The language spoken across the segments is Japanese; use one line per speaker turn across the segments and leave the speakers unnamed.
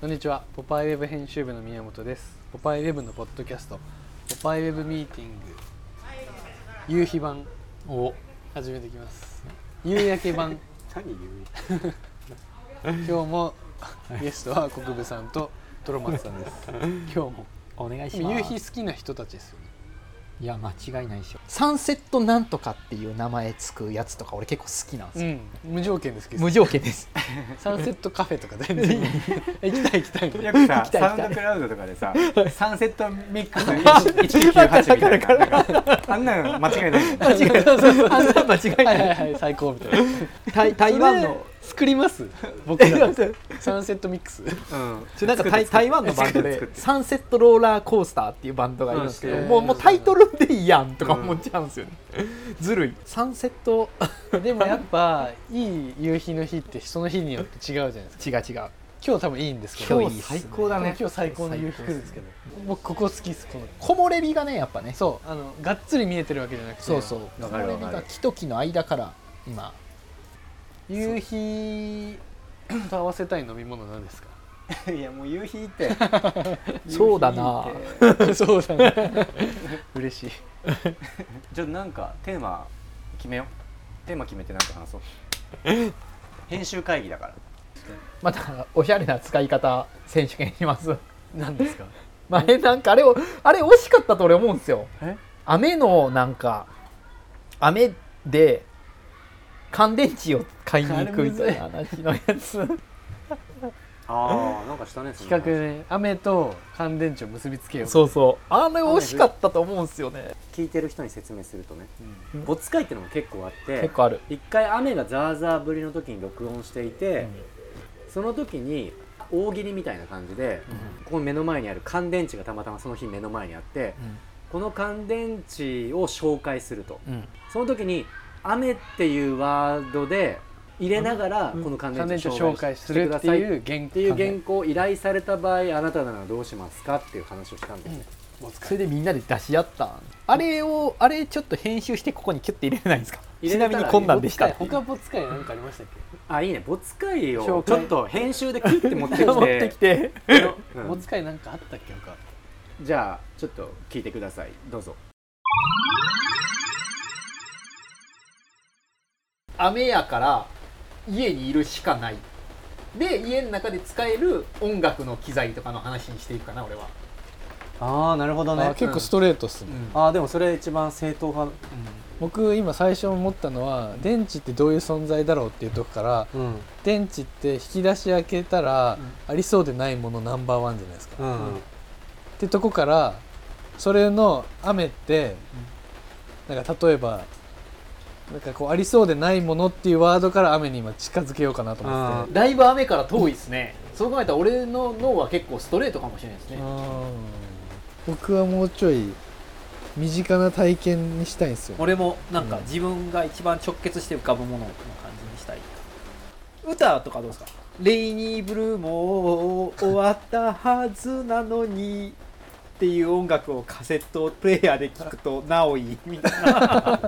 こんにちは、ポパイウェブ編集部の宮本です。ポパイウェブのポッドキャスト、ポパイウェブミーティング夕日版を始めていきます。夕焼け版、
何言う
今日もゲストは国分さんとトロマツさ んです。今日も
お願いし
でも
ま
夕
す
日好きな人たちですよね。
いや間違いないでしょサンセットなんとかっていう名前つくやつとか俺結構好きなんですよ、
うん、無条件で好きです。
無条件です
サンセットカフェとか全 然行きたい行きたい。
よく さ
来た来た
サウンドクラウドとかでさサンセットミックス1998みたいなあんなの間違いないよね
間 違いないあんな間違い
はい
な
はいいはい最高みたいな。
台台湾
それ
の
作り ます？僕ら
ちょ
サンセットミックス。
うん
なんか台台湾のバンド
作っ
で
て
サンセットローラーコースターっていうバンドがいるんですけど、
うん
もうもうタイトルでいいやんとか思っちゃうんですよね、ずるいサンセット
でもやっぱいい夕日の日ってその日によって違うじゃないですか
違う違う
今日多分いいんですけど
今日いいっすね
最高だね
今日最高の夕日来るんですけど僕ここ好きですこの
木漏れ日がねやっぱね
そうあのがっつり見えてるわけじゃなくて
そうそう木
わかる
漏れ
わかる
日が木と木の間から今
夕日と合わせたい飲み物なんですか
いやもう夕日って
そうだな
夕日っ て
そうだね 嬉しい
じゃあなんかテーマ決めようテーマ決めてなんか話そう編集会議だから
またおしゃれな使い方選手権します
何ですか
前なんかあれをあれ惜しかったと俺思うんですよ
え
雨のなんか雨で乾電池を買いに行くみたいな話のや つ
ああなんかしたねそんな話
企画ね雨と乾電池を結びつけよう
そうそうあれ惜しかったと思うんですよね
聞いてる人に説明するとね
うん
没回ってのも結構あって
結構ある
一回雨がザーザー降りの時に録音していて、その時に大喜利みたいな感じで、ここ目の前にある乾電池がたまたまその日目の前にあってこの乾電池を紹介すると
うん
その時に「雨」っていうワードで入れながら
うん
この乾電
乾電池
池
を紹
を
介
紹介
する
して
っ
くだ
て
さい
いう原
っていう原稿を依頼された場合あなたならどうしますかっていう話をしたんですよ、
それでみんなで出し合ったんあれをあれちょっと編集してここにキュッて入れれないんですか
入
ち
れ
な
れたら
みにこんなんでしたっていう
他ボツ会何かありましたっ
あいいね没回
紹
をち
介
ょっと編集でクッて持ってきて
持ってきて
け、
うん
ボツ会なんかあったっけ他
じゃあちょっと聞いてくださいどうぞ
雨やから家にいるしかないで家の中で使える音楽の機材とかの話にしていくかな俺は、
ああなるほど
あ結構ストレートっすね、
ああでもそれ一番正統派
僕今最初思ったのは電池ってどういう存在だろうっていうとこから
うん
電池って引き出し開けたらありそうでないものナンバーワンじゃないですか、
う
うんってとこからそれの雨ってなんか例えばなんかこうありそうでないものっていうワードから雨に今近づけようかなと思ってて
だいぶ雨から遠いですね、そう考えたら俺の脳は結構ストレートかもしれないですね、
うん僕はもうちょい身近な体験にしたいんですよ
俺もなんか
うん
自分が一番直結して浮かぶものの感じにしたい歌とかどうですか「レイニーブルーも終わったはずなのに」っていう音楽をカセットプレイヤーで聞くとなおいいみたいな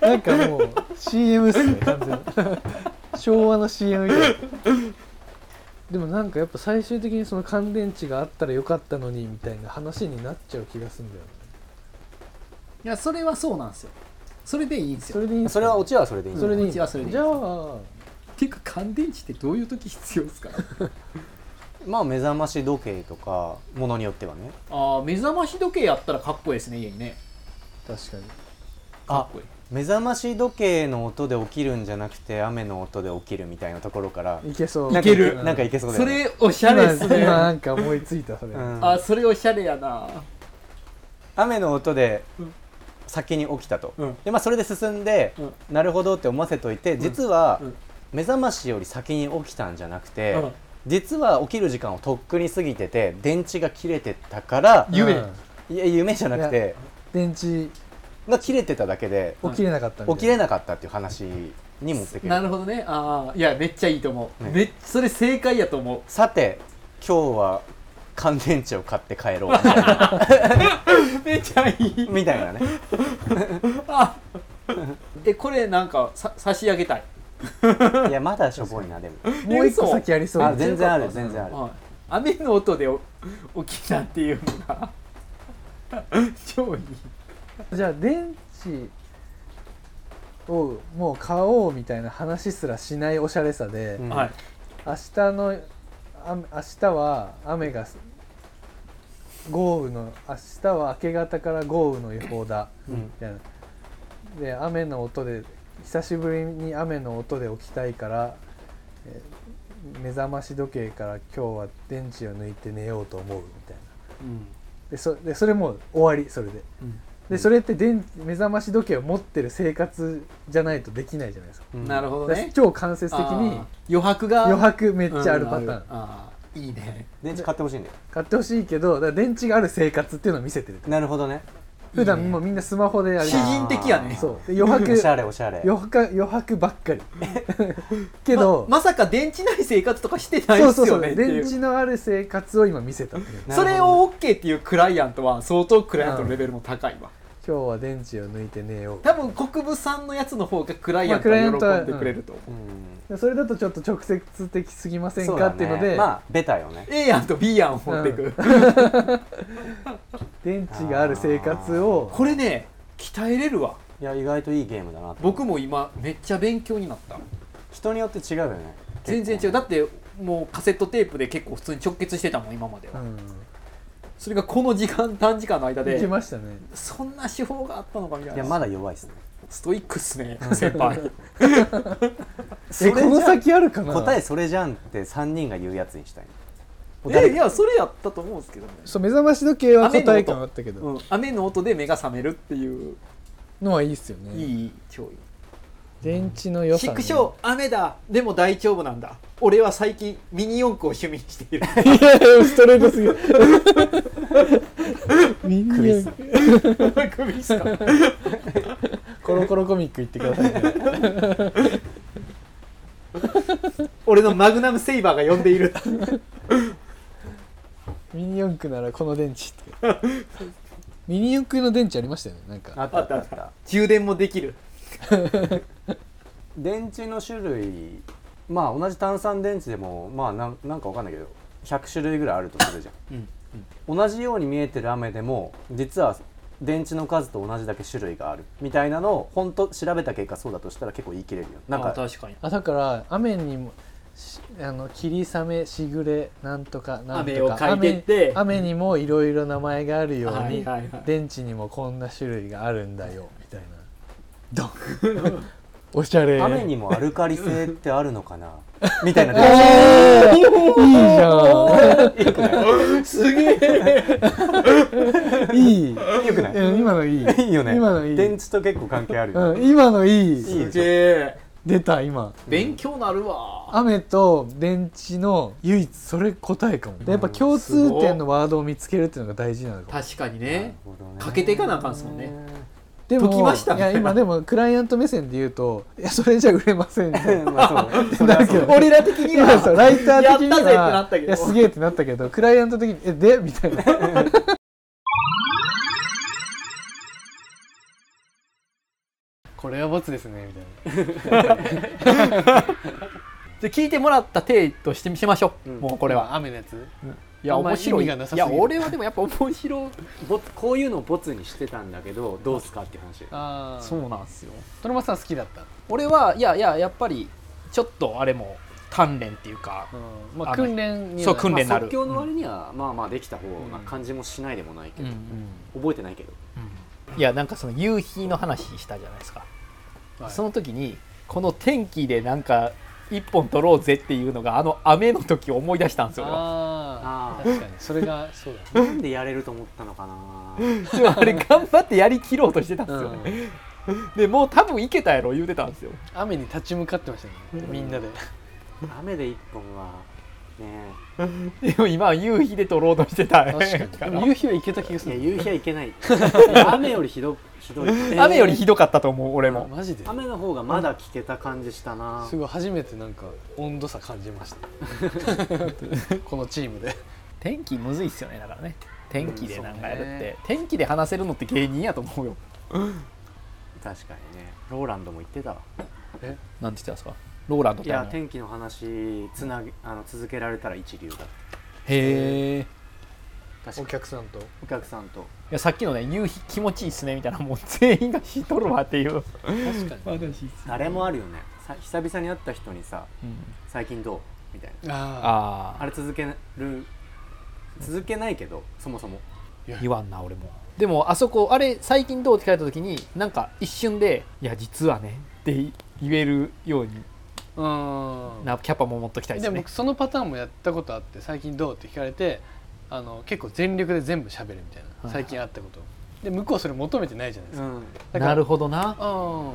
なんかもう CM っすね完全に昭和の CM みたいなでもなんかやっぱ最終的にその乾電池があったらよかったのにみたいな話になっちゃう気がするんだよね
いやそれはそうなんですよそれでいいんです
それでいいんす
そ
か
れはオチはそれでいいんだ
それでいいん
こっちはそれでいい
じゃあ
っていうか乾電池ってどういう時必要ですか
まあ目覚まし時計とかものによってはね
ああ目覚まし時計やったらかっこいいですね家にね
確かに
かっこいい
目覚まし時計の音で起きるんじゃなくて雨の音で起きるみたいなところから
いけそう
なんか
いける
なんかいけそうだ
そ
よね
れおしゃれっす
今今
ねあ
なんか思いついたそれ、
うん
ーそれおしゃれやな
雨の音で
うん
先に起きたと、
うん
でまあそれで進んで、
うん
なるほどって思わせといて実は、
うん
目覚ましより先に起きたんじゃなくて、
うん
実は起きる時間をとっくに過ぎてて電池が切れてたから
夢
うん
いや夢じゃなくて
電池
が切れてただけで
起きれなかったみたいな
起きれなかったっていう話に持ってく
な
る
るほどねああいやめっちゃいいと思う、
ね
めっそれ正解やと思
さて今日は乾電池を買って帰ろうみたいな
う めっちゃいい
みたいなね
あえこれなんかさ差し上げたい
いやまだしょぼいなでも
もう一個先ありそう
あ全然ある全然ある
は雨の音でお 起きたっていうのが 超いい
じゃあ電池をもう買おうみたいな話すらしないおしゃれさで、
うん
はい
明日のあ明日は雨がす豪雨の明日は明け方から豪雨の予報だ
うん
みたいなで雨の音で久しぶりに雨の音で起きたいから、えー目覚まし時計から今日は電池を抜いて寝ようと思うみたいなでそでそれもう終わりそれででそれって電目覚まし時計を持ってる生活じゃないとできないじゃないですか
うん
なるほど
だか
ね
ら超間接的に
あー余白が
余白めっちゃあるパターン、
うんあーいいね
電池買ってほしいんだよ
買ってほしいけどだから電池がある生活っていうのを見せてる
なるほどね
普段もうみんなスマホであれ
詩人的やね
そうで余
お
白
しゃれおしゃれ
余白余白ばっかりけど、
ままさか電池ない生活とかしてない
そ
で
う
す
そうそ
よ
う
ねってい
電
う
池のある生活を今見せたっていう
なるほど
それを OK っていうクライアントは相当クライアントのレベルも高いわ、
今日は電池を抜いて寝よう
多分国分さんのやつの方がクライアントは喜んでくれると思う、
うん
でそれだとちょっと直接的すぎません
そう
か
だ
っていうの
ね
で、
まあベタよね
A 案と B 案を持ってく、
う電池がある生活を
これね鍛えれるわ
いや意外といいゲームだなと
僕も今めっちゃ勉強になった
人によって違うよね
全然違うだ
だ
ってもうカセットテープで結構普通に直結してたもん今までは、
うん
それがこの時間短時間の間
いき
で
ましたね
そんな手法があったのかみたいない
やまだ弱いっすね
ストイックっすね先 輩そ
え
れ
この先あるかな
答えそれじゃんって3人が言うやつにしたいお
え
誰
いやそれやったと思うんですけどね、
そう目覚まし時計は答え感あったけどの
うん、雨の音で目が覚めるっていう、
はいいっすよね
いい超いい
電池の良さ、ね、
縮小雨だでも大丈夫なんだ俺は最近ミニ四駆を趣味にしている
いやいやストレートすぎるみんな
首っす
首下
コロコロコミック言ってくださいね
俺のマグナムセイバーが呼んでい る
ミニ四駆ならこの電池ってミニ四駆の電池ありましたよねなんか
あったあったあった
充電もできる
電池の種類まあ同じ炭酸電池でもまあなんなんかわかんないけど100種類ぐらいあるとするじゃん
うん
同じように見えてる雨でも実は電池の数と同じだけ種類があるみたいなのを本当調べた結果そうだとしたら結構言い切れるよなんか
確かに
あだから雨にもしあの霧雨しぐれなんとかなんとか
雨を書いてって
雨雨にもいろいろ名前があるように、
はいはいはい
電池にもこんな種類があるんだよみたいなドン おしゃれ
雨にもアルカリ性ってあるのかなみたい
え
な電
ーいいじゃ
池よくない
すげえ
んいい
よくない
うん今のいい
いいよね
今のいい
電池と結構関係あるよね、
うん、今のいい
いい
すげえ
出た今
勉強なるわ
雨と電池の唯一それ答えかもでやっぱ共通点のワードを見つけるっていうのが大事なのかも
確かにね
なるほどね
かけていかなあかんっすもんね
でも
解きました
い
みた
や
いな
今でもクライアント目線で言うといやそれじゃ売れませんね
まあそうそれ
だ
は
け
そう
ど
俺ら的に
今そう
は
ライター的に
やったぜってなっ
は
たけど
いやすげえってなったけどクライアント的にえでみたいな これはボツですねみたいな
じゃあ聞いてもらった体としてみせましょう、
うん
もうこれは
雨のやつ
いや
あんま
面白い
意味がなさす
い
ぎ
や
る
俺はでもやっぱ面白い
ボツこういうのをボツにしてたんだけどどうすかっていう話
あ
そうなんですよ
トロマさん好きだった
俺はいやいややっぱりちょっとあれも鍛錬っていうか
うん
あの
練
そう訓
まあ
練になる
即興の割には、まあまあできた方な感じもしないでもないけど、覚えてないけど
いやなんかその夕日の話したじゃないですか、
はい
その時にこの天気でなんか一本取ろうぜっていうのがあの雨の時思い出したんですよ俺は
あ
あ
あ
ー
確かにそれがそうだね
なんでやれると思ったのかな
でもあれ頑張ってやりきろうとしてたんですよ、ね
うん
でもう多分いけたやろ言うてたんですよ
雨に立ち向かってましたねみんなで
雨で一本はね
でも今は夕日で取ろうとしてた
でも夕日はいけた気がす
いや
る
夕日はいけない いや雨よりひどひどい
雨よりひどかったと思う俺も
マジで
雨の方がまだ聞けた感じしたな
すごい初めてなんか温度差感じま したこのチームで
天気むずいっすよねだからね天気でなんかやるって、
うんそうね
天気で話せるのって芸人やと思うよ
確かにねローランドも言ってたわ
なんて言ってたんですかローランド
いや天気の話つなげあの続けられたら一流だ
へえ
確
お
か
客さんと
お客さんと
いやさっきのね夕日気持ちいいっすねみたいなもう全員が引いとるわっていう
確かに
話っすね
あれもあるよねさ久々に会った人にさ
うん
「最近どう?」みたいな
あ
あ
あれ続ける続けないけどそもそも
あ言わんな俺もでもあそこあれ最近どうって書いた時になんか一瞬で「いや実はね」って言えるように
あうん
なキャパも持っときたいで
です
ね
僕そのパターンもやったことあって最近どうって聞かれてあの結構全力で全部喋るみたい
は
ない最近あったことをで向こうそれ求めてないじゃないです
う
か,、
ん
だから
なるほどな
あ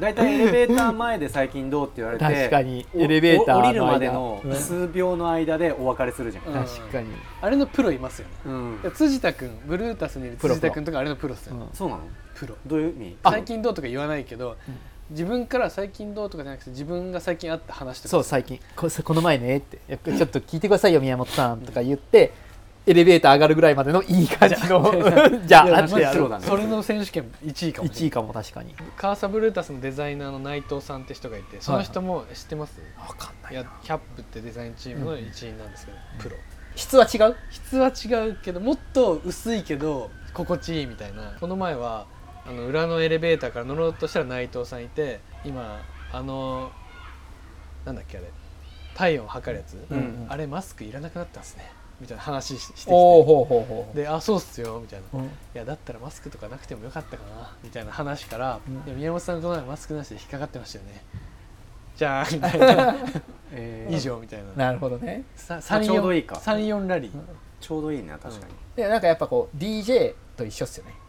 大体エレベーター前で最近どうって言われて
確かに
お
エレベーター
お
の間
降りるまでの
うん
数秒の間でお別れするじゃん、
うん
確かに、
ああれのプロいますよね
うん
だから辻田君ブルータスにいる
プロ
辻田君とかあれのプロっすよね
そうなの
プロ
どういう意味
あ
最近どうとか言わないけど、
うん
自分から最近どうとかじゃなくて自分が最近あった話とか
そう最近こ この前ねっていやちょっと聞いてくださいよ宮本さんとか言ってエレベーター上がるぐらいまでの いい感じのじゃ
いや
ああってや
マジ
ろ
そうう
だね
それの選手権1位かもしれな
1位
い
かも確かに
カーサブルータスのデザイナーの内藤さんって人がいてその人も知ってます、
分かんない
いやキャップってデザインチームの一員なんですけど、プロ
質は違う
質は違うけどもっと薄いけど心地いいみたいなこの前はあの裏のエレベーターから乗ろうとしたら内藤さんいて今あのなんだっけあれ体温測るやつ、
うんうん
あれマスクいらなくなったんすねみたいな話ししてきて
おおほうほうほうほう
で「あそうっすよ」みたいな「
うん
いやだったらマスクとかなくてもよかったかな」みたいな話から「
うん
いや宮本さんこの前マスクなしで引っかかってましたよね」じゃあみたいな
えー
以上みたいな
なるほどね
三
ちょうどいいか
三四ラリー、
ちょうどいいな確かに、
でなんかやっぱこう DJ と一緒っすよね、
うん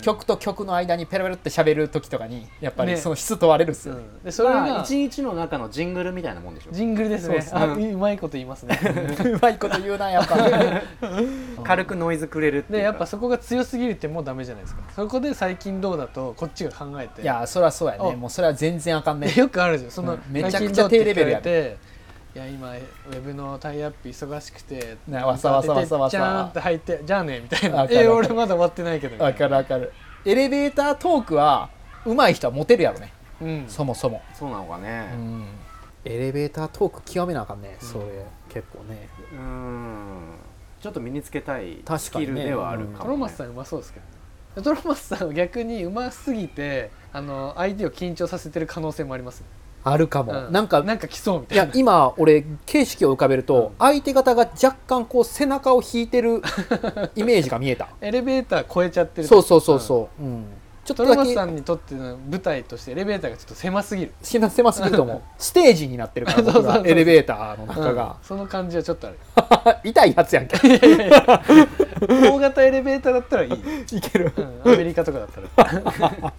曲と曲の間にペラペラって喋る時とかにやっぱり
ね
その質問われるっす
う
よね
んでそ
それ
れ
が
が
一日の中のジングルみたいなもんでしょ
ジングルですね
そう
あ
ですね
うまいこと言いますね
うまいこと言うなやっぱ
軽くノイズくれるってい
で
うか
やっぱそこが強すぎるってもうダメじゃないですかそこで最近どうだとこっちが考えて
いやそりゃそうやね
お
もうそれは全然あかんね
でよくあるじゃんその、
うんめちゃくちゃ
最近どうって
低レベルや
聞かれていや今ウェブのタイアップ忙しくて
なわさわさわさわ
じ
さ
ゃーんって入ってじゃあねみたい
わ
な
かる
え
わか
俺
る
まだ終わってないけどみた
わ
いな
かるわかるエレベータートークは上手い人はモテるやろね、
うん
そもそも、
そうなのか
う
ね
ん、エレベータートーク極めなあかんね、それ結構ね
うんちょっと身につけたい
確
ス
かに
キ
ね
ルではあるかも、ね
トロマスさんうまそうですけどねでトロマスさんは逆にうますぎてあの相手を緊張させてる可能性もあります、
あるかも、
うん
なんか
なんか来そうみ
い
たい
や
な
今俺形式を浮かべる
う
と、
ん
相手方が若干こう背中を引いてるイメージが見えた
エレベーター超えちゃってる
そうそうそうそう、うんちょっ
ト
と
ロ
だ
マスさ
け
んにとっての舞台としてエレベーターがちょっと狭すぎる
死なせますけれどもステージになってるから僕
そうそう
が
そう
エレベーターの中
うん
が、
その感じはちょっとある
痛いやつやんけ
大型エレベーターだったらい い、う
いける
ん、アメリカとかだった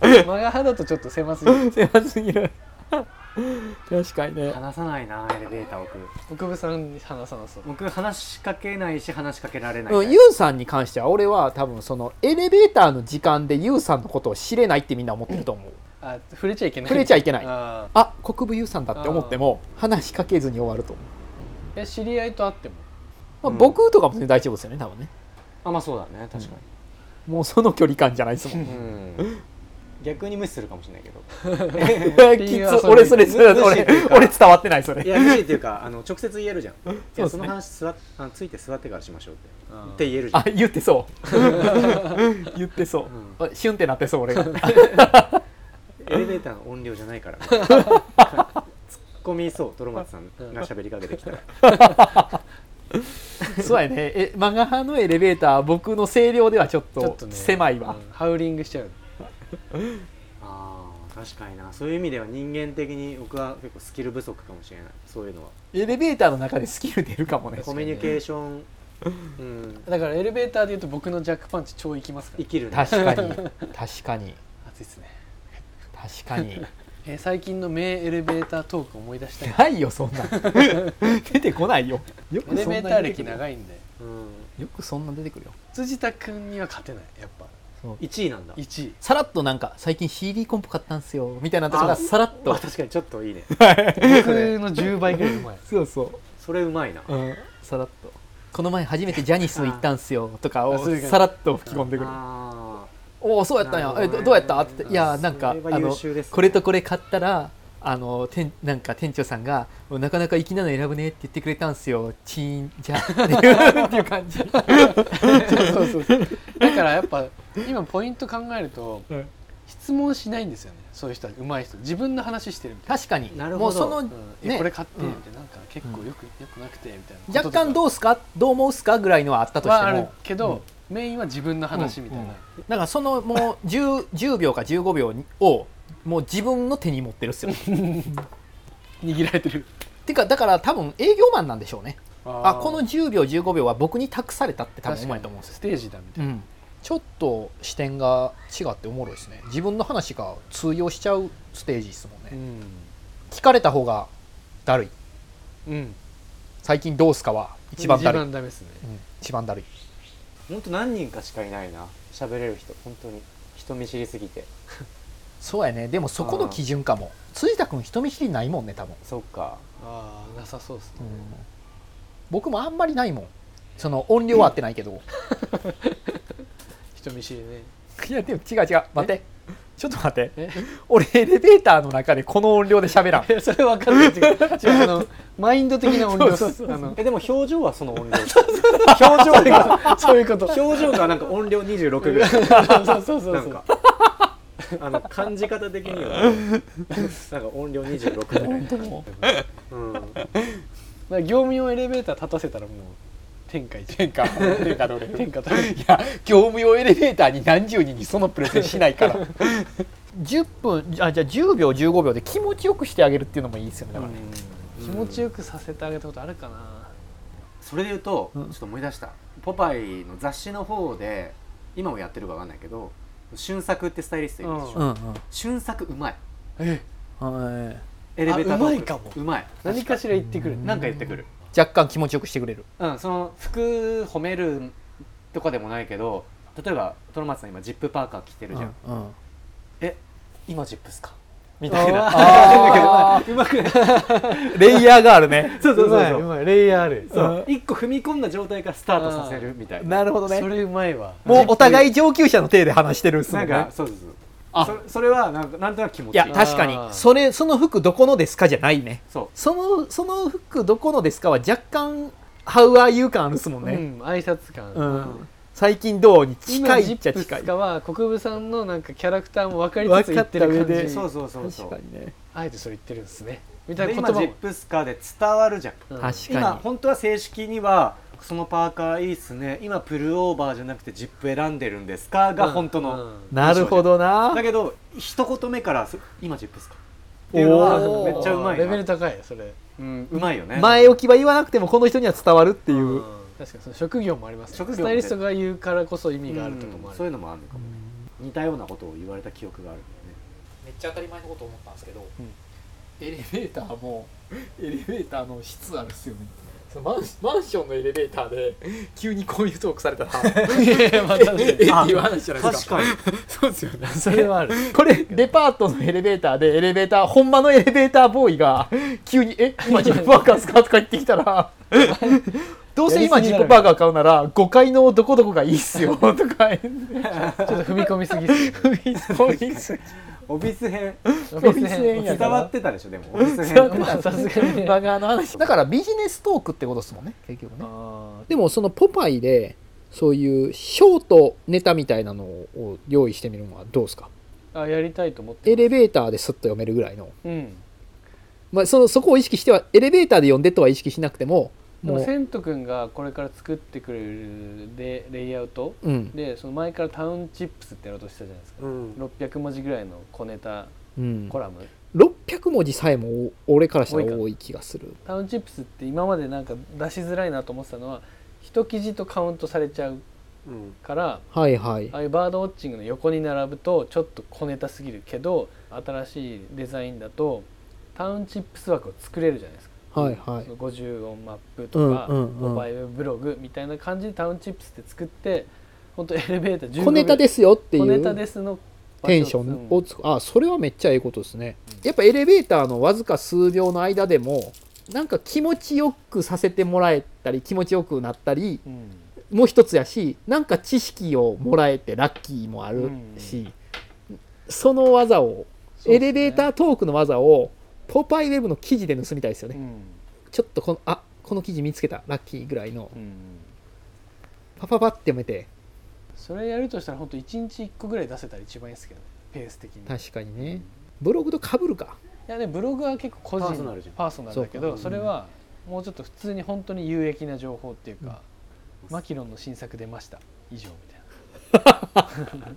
らマガハだとちょっと狭すぎる
狭すぎる 確かにね
話さないなエレベーター僕
奥部さんに話さなそう
僕話しかけないし話しかけられない、
うん、ユウさんに関しては俺は多分そのエレベーターの時間でユウさんのことを知れないってみんな思ってると思う
あ触れちゃいけない
触れちゃいけない
あ
あ国分ユウさんだって思っても話しかけずに終わると思
ーえ知り合いと会っても
う、まあ、
うん
僕とかも大丈夫ですよね多分ね
あまあそうだね確か
もうその距離感じゃないですもん
に、うん、逆に無視するかもしれないけど
きつ俺それそれ俺俺伝わってないそれ
いや無視っていうかあの直接言えるじ ゃんい
そうっ
や
す
そ
ね
の話座っあのついて座ってからしましょうって
うん
って言えるじゃ
あ
ん
言ってそう言ってそう、あシュンってなってそう俺が
エレベーターの音量じゃ ないから突っ込みそうトロマツさんが喋りかけてきたら
そうやねえマガハのエレベーター僕の声量ではちょっ
ちょっ
と
とね
狭いわ、
うんハウリングしちゃう
あー確かになそういう意味では人間的に僕は結構スキル不足かもしれないそういうのは
エレベーターの中でスキル出るかもね
コミュニケーション、うん、
だからエレベーターでいうと僕のジャックパンチ超いきますから
生きるね
確かに確かに
熱いっすね
確かに
えー最近の名エレベータートーク思い出 したい
ないよそんな出てこないよよ
エ
く
レ
そん
ベ
な
ーター
出
歴
てくるよ
長いんで
うん、
よくそんな出てくるよ
辻田君には勝てないやっぱ
1位なんだ
1位
さらっとなんか最近 CD コンポ買ったんすよみたいなとこが
あ
さらっと
あ確かにちょっといいね
僕の10倍ぐらいうまい
そうそ
それうまいな
う、うん、さらっとこの前初めてジャニス行ったんすよとか
あ
を
そういう感じ
さらっと吹き込んでくる
あ
おおそうやったんや
な
え
るほどね
どどうやったって言っていやなんかあ
それは優
の
秀ですね
これとこれ買ったらあの店なんか店長さんが「なかなか粋なの選ぶね」って言ってくれたんすよ「チーンじゃ」っていうっていう感じ
そうそうそうだからやっぱ今ポイント考えると
うん
質問しないんですよねそういう人は上手い人自分の話してるみたい
確かに
なる
も
ほど
うその
な、うん
ね
えこれ買って
うん
みたいななんか結構よくよくなくてみたいな
若干ど
う
うすかどう思うすかぐらいのはあったとして
は
も
あるけど、メインは自分の話みたいな、
うんうんなんかそのもう 10, 10秒か15秒にをもう自分の手に持ってるっすよ
握られてる
てかだから多分営業マンなんでしょうねあ
ー
この10秒15秒は僕に託されたって多分
確
思
か
い
に
と思うんですよ
ステージだみたい
うん、ちょっと視点が違っておもろいですね自分の話が通用しちゃうステージですもんね、
な
聞かれた方がだるい
うん、うん、
最近どうすかは一番だ
一
るい
番ダメですね
うん一番だるい
本当何人かしかいないな喋れる人本当に人見知りすぎて
そうやねでもそこの基準かも辻田君人見知りないもんね多分、
そっか
ああなさそうですね、
僕もあんまりないもんその音量は合ってないけど、
人見知りね
いやでも違う違う待ってちょっと待って
え
俺エレベーターの中でこの音量で喋ら ん
それ分かんない違う違うあのマインド的な音量です
そうそうそう
あの
えでも表情はその音量表情が
そういうこと
表情がなんか音量26ぐらい
そうそうそう
な
そ
ん
う
かあの感じ方的にはなんか音量26ぐらい、うん、
だから業務用エレベーター立たせたらもう天下一天下天下取れ天下取れ
いや業務用エレベーターに何十人にそのプレゼンしないから 10分あじゃあ10秒15秒で気持ちよくしてあげるっていうのもいいですよねだからね、
気持ちよくさせてあげたことあるかな
それで言うと、
うん
ちょっと思い出した「ポパイ」の雑誌の方で今もやってるかわかんないけど俊作ってスタイリストいるでしょ、
うん
俊作うまい
うんうん
エレベータートーク
うまいかも
うまい
何かしら言ってくる
なんか言ってくる
若干気持ちよくしてくれる
うん、その服褒めるとかでもないけど例えばトロマツさん今ジップパーカー着てるじゃん、
うんうん
え今ジップっすかみ
たいな
あ
うまくない
ーレイヤーがあるね
そうそうそう
まい
そう
まいレイヤーある
そう一個踏み込んだ状態からスタートさせるみたいな
なるほどね
それうまいわ
もうお互
い
い上級者の体で話してるんすも
なんん
ね
かそうそうそう
あ
それそれはなんかなんとなく気持
い
ちいい
や確かに
あー
それその服どこのですかじゃないね
そう
そのその服どこのですかは若干ハウアーユ感あるっすもん
う
ね、
ん挨拶感
うん最近どうに近
今
い
ジ
っ
ッ
ちゃ
プス
近い
カは国分さんのなんかキャラクターも分かりつつ言ってる
分
感
かった上で
じ
そうそうそうそ
確か
う
にね
あえてそれ言ってるんですねみたい
で
な言
今
葉
ジッ
も
プスカで伝わるじゃん
うん
確かに
今本当は正式にはそのパーカーいいっすね今プルオーバーじゃなくてジップ選んでるんですかが本当の、
うん
なるほどな
だけど一言目からす今ジップスかっていうの
お
は
ー
めっちゃうまい
レベル
な
高いそれ
うんうまいよね
前置きは言わなくてもこの人には伝わるっていう、
うん確かにその職業もありますね
職業
スタイリストが言うからこそ意味があるとかも
う
あ
ん
る
そういうのもあるのかも似たようなことを言われた記憶があるんだよね
めっちゃ当たり前のこと思ったんですけど、
ん
エレベーターも エレベーターの質あるっすよねそのマンマンションのエレベーターで急にこういうトークされ たら
いやいや まあ確かに
えっていう話じゃないです
確
か
かに
そうですよね
それはある
これデパートのエレベーターでエレベーターほんまのエレベーターボーイが急に「え今ジップバーガーですか?」とか言ってきたらどうせ今ジップバーガー買うなら5階のどこどこがいいっすよとか言っ
ち
て
ょっと踏み込みすぎすぎ
オフィス編
オフィ ス編
伝
や
か
わ
ら
ってたでしょでもオフィス
伝わって
編
まあさすがにね
バーガーの話だからビジネストークってことですもんね結局ね
あ
でもそのポパイでそういうショートネタみたいなのを用意してみるのはどうですか
ーあやりたいと思って
エレベーターですっと読めるぐらいの、
うん
まあ、そのそこを意識してはエレベーターで読んでとは意識しなくても
で
も
も
う、
せんとくんがこれから作ってくれるでレイアウト
うん
でその前からタウンチップスってやろうとしたじゃないですか
うん
600文字ぐらいの小ネタ
うん、
コラム
600文字さえもお俺からしたら多い気がする
タウンチップスって今までなんか出しづらいなと思ってたのは一記事とカウントされちゃう
うん
から
はいはい
ああいうバードウォッチングの横に並ぶとちょっと小ネタすぎるけど新しいデザインだとタウンチップス枠を作れるじゃないですか、
はいはい
その50音マップとか、
うんうんうん
モバイルブログみたいな感じでタウンチップスって作って本当エレベーター15秒
小ネタですよってい
小ネタ
う
ですの
テンションを
場所
つくあそれはめっちゃいいことですねやっぱエレベーターのわずか数秒の間でもなんか気持ちよくさせてもらえたり気持ちよくなったり
うんうん
もう一つやしなんか知識をもらえてラッキーもあるし、その技を
そうですね
エレベータートークの技をポパイウェブの記事で盗みたいですよね、
ん
ちょっとこのあこの記事見つけたラッキーぐらいの
うん
パパパって読めて
それやるとしたら本当一日一個ぐらい出せたら一番いいですけどねペース的にい
確かにねブログとかぶるか
やねブログは結構個人
パーソナルじゃん
パーソナルだけ
そう
ど
か
それはもうちょっと普通に本当に有益な情報っていうか、マキロンの新作出ました以上みたいな